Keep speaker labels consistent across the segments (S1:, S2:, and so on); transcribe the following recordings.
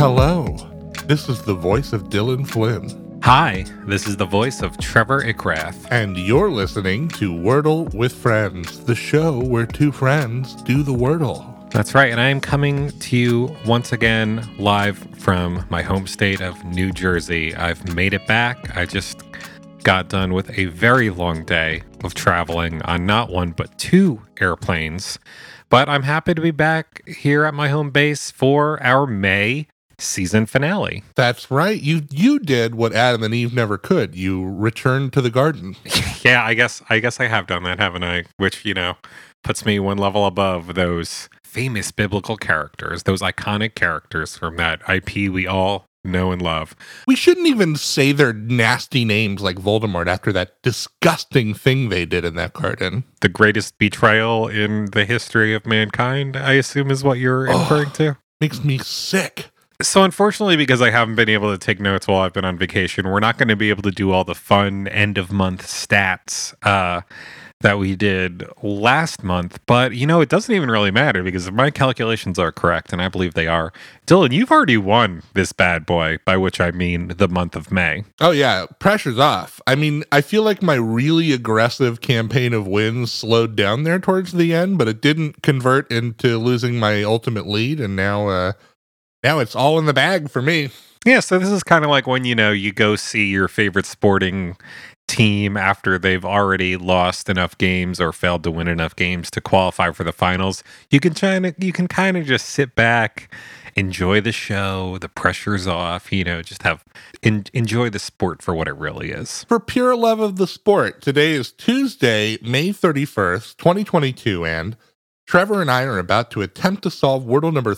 S1: Hello, this is the voice of Dylan Flynn,
S2: Hi, this is the voice of Trevor Ickrath.
S1: and you're listening to Wordle with Friends, the show where two friends do the Wordle.
S2: That's right, and I am coming to you once again live from my home state of New Jersey. I've made it back. I just got done with a very long day of traveling on not one but two airplanes. But I'm happy to be back here at my home base for our May season finale.
S1: That's right, you you did what Adam and Eve never could. You returned to the garden.
S2: yeah, I guess I guess I have done that, haven't I? Which, you know, puts me one level above those famous biblical characters, those iconic characters from that IP we all know and love.
S1: We shouldn't even say their nasty names like Voldemort after that disgusting thing they did in that garden.
S2: The greatest betrayal in the history of mankind, I assume is what you're
S1: Oh.
S2: inferring to.
S1: Makes me sick.
S2: So unfortunately, because I haven't been able to take notes while I've been on vacation, we're not going to be able to do all the fun end of month stats uh, that we did last month. But you know, it doesn't even really matter because if my calculations are correct, and I believe they are, Dylan, you've already won this bad boy. By which I mean the month of May.
S1: Oh yeah, pressure's off. I mean, I feel like my really aggressive campaign of wins slowed down there towards the end, but it didn't convert into losing my ultimate lead and now uh now it's all in the bag for me.
S2: Yeah, so this is kind of like when you know you go see your favorite sporting team after they've already lost enough games or failed to win enough games to qualify for the finals. You can try to you can kind of just sit back, enjoy the show, the pressure's off, you know, just have en- enjoy the sport for what it really is.
S1: For pure love of the sport, today is Tuesday, May 31st, 2022, and Trevor and I are about to attempt to solve Wordle number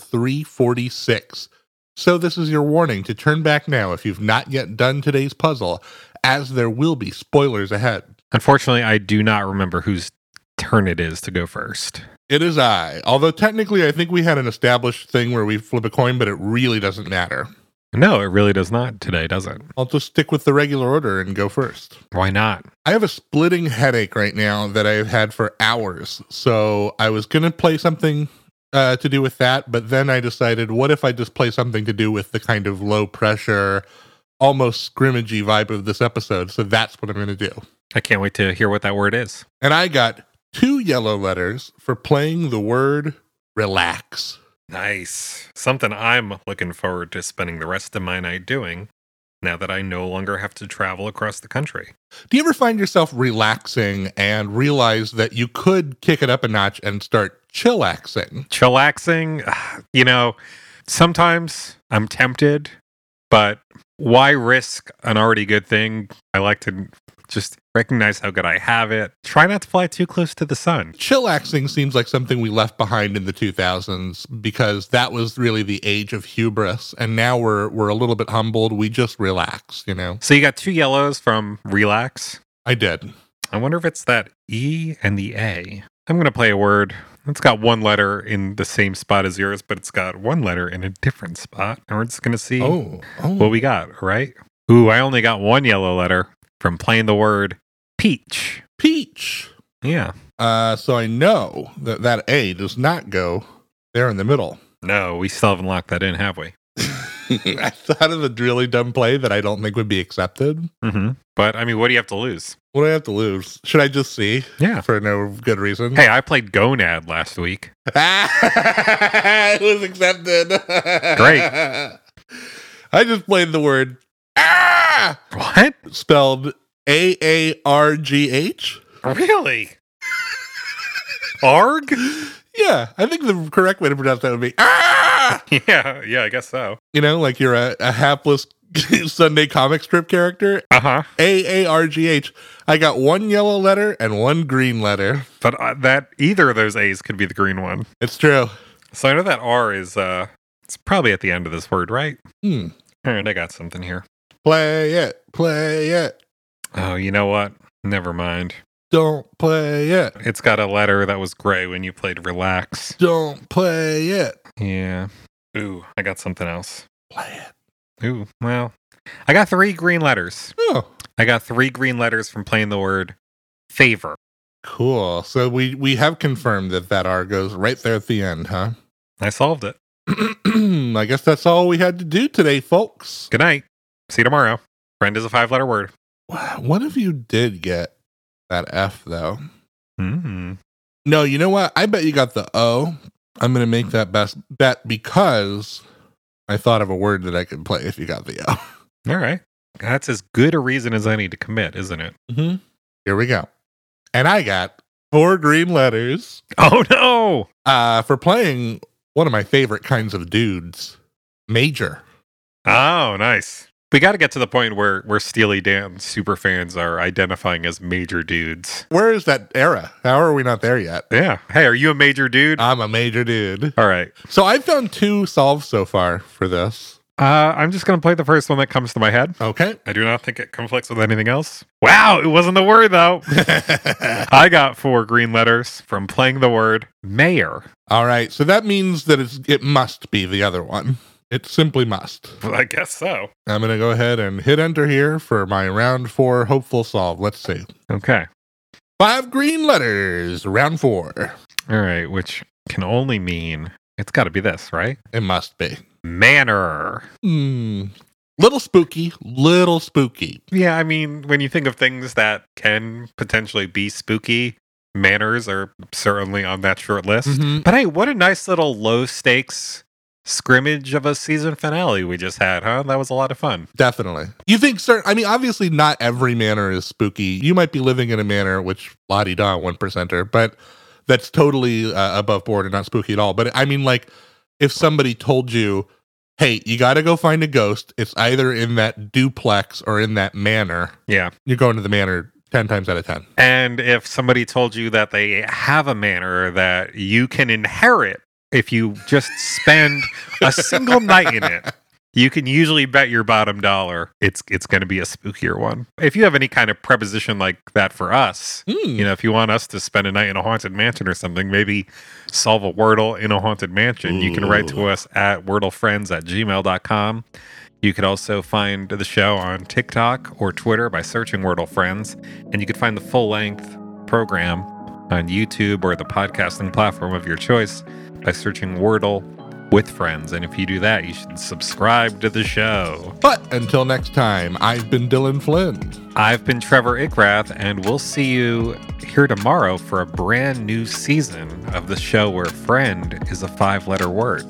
S1: 346. So, this is your warning to turn back now if you've not yet done today's puzzle, as there will be spoilers ahead.
S2: Unfortunately, I do not remember whose turn it is to go first.
S1: It is I. Although technically, I think we had an established thing where we flip a coin, but it really doesn't matter.
S2: No, it really does not today, does it?
S1: I'll just stick with the regular order and go first.
S2: Why not?
S1: I have a splitting headache right now that I've had for hours. So I was going to play something uh, to do with that, but then I decided, what if I just play something to do with the kind of low pressure, almost scrimmagey vibe of this episode? So that's what I'm going to do.
S2: I can't wait to hear what that word is.
S1: And I got two yellow letters for playing the word relax.
S2: Nice. Something I'm looking forward to spending the rest of my night doing now that I no longer have to travel across the country.
S1: Do you ever find yourself relaxing and realize that you could kick it up a notch and start chillaxing?
S2: Chillaxing, ugh, you know, sometimes I'm tempted, but why risk an already good thing? I like to just recognize how good I have it. Try not to fly too close to the sun.
S1: Chillaxing seems like something we left behind in the 2000s because that was really the age of hubris and now we're we're a little bit humbled, we just relax, you know.
S2: So you got two yellows from Relax.
S1: I did.
S2: I wonder if it's that E and the A. I'm going to play a word. It's got one letter in the same spot as yours, but it's got one letter in a different spot. And we're just going to see
S1: Oh, oh.
S2: what we got, all right? Ooh, I only got one yellow letter from playing the word peach.
S1: peach.
S2: Yeah.
S1: Uh so I know that that A does not go there in the middle.
S2: No, we still haven't locked that in, have we?
S1: I thought of a really dumb play that I don't think would be accepted.
S2: Mm-hmm. But I mean, what do you have to lose?
S1: What do I have to lose? Should I just see
S2: Yeah.
S1: for no good reason?
S2: Hey, I played gonad last week.
S1: it was accepted.
S2: Great.
S1: I just played the word ah
S2: What?
S1: spelled A A R G H.
S2: Really? Arg?
S1: Yeah, I think the correct way to pronounce that would be ah.
S2: Yeah, yeah, I guess so.
S1: You know, like you're a, a hapless Sunday comic strip character.
S2: Uh huh.
S1: A A R G H. I got one yellow letter and one green letter.
S2: But uh, that either of those A's could be the green one.
S1: It's true.
S2: So I know that R is uh it's probably at the end of this word, right?
S1: Hmm.
S2: All right, I got something here.
S1: Play it. Play it.
S2: Oh, you know what? Never mind.
S1: Don't play it.
S2: It's got a letter that was gray when you played relax.
S1: Don't play it.
S2: Yeah. Ooh, I got something else.
S1: Play it.
S2: Ooh, well. I got three green letters.
S1: Oh.
S2: I got three green letters from playing the word favor.
S1: Cool. So we we have confirmed that that R goes right there at the end, huh?
S2: I solved it.
S1: I guess that's all we had to do today, folks.
S2: Good night. See you tomorrow. Friend is a five letter word.
S1: Wow, One of you did get that F, though.
S2: Mm.
S1: No, you know what? I bet you got the O. I'm going to make that best bet because I thought of a word that I could play if you got the O.
S2: All right. That's as good a reason as any to commit, isn't it?
S1: Mm-hmm. Here we go. And I got four green letters
S2: Oh, no.
S1: uh, for playing one of my favorite kinds of dudes, Major.
S2: Oh, nice. We got to get to the point where, where Steely Dan super fans are identifying as major dudes.
S1: Where is that era? How are we not there yet?
S2: Yeah. Uh, Hey, are you a major dude?
S1: I'm a major dude.
S2: All right.
S1: So I've found two solves so far for this.
S2: Uh, I'm just going to play the first one that comes to my head.
S1: Okay.
S2: I do not think it conflicts with anything else. Wow, it wasn't the word though. I got four green letters from playing the word mayor.
S1: All right. So that means that it's, it must be the other one. It simply must.
S2: Well, I guess so.
S1: I'm going to go ahead and hit enter here for my round four hopeful solve. Let's see.
S2: Okay.
S1: Five green letters, round four.
S2: All right, which can only mean it's got to be this, right?
S1: It must be.
S2: Manor.
S1: Hmm. Little spooky, little spooky.
S2: Yeah, I mean, when you think of things that can potentially be spooky, manners are certainly on that short list.
S1: Mhm.
S2: But hey, what a nice little low stakes scrimmage of a season finale we just had, huh? That was a lot of fun.
S1: Definitely. You think certain, I mean, obviously not every manor is spooky. You might be living in a manor, which la di da, one percenter, but that's totally uh, above board and not spooky at all. But I mean, like, if somebody told you, hey, you got to go find a ghost, it's either in that duplex or in that manor,
S2: Yeah.
S1: you're going to the manor 10 times out of 10.
S2: And if somebody told you that they have a manor that you can inherit if you just spend a single night in it, you can usually bet your bottom dollar it's it's going to be a spookier one. If you have any kind of preposition like that for us,
S1: Hmm.
S2: you know, if you want us to spend a night in a haunted mansion or something, maybe solve a wordle in a haunted mansion, you can write to us at wordlefriends at gmail.com. You could also find the show on TikTok or Twitter by searching Wordle Friends. And you could find the full length program on YouTube or the podcasting platform of your choice by searching Wordle with Friends. And if you do that, you should subscribe to the show.
S1: But until next time, I've been Dylan Flynn.
S2: I've been Trevor Ickrath, and we'll see you here tomorrow for a brand new season of the show where friend is a five letter word.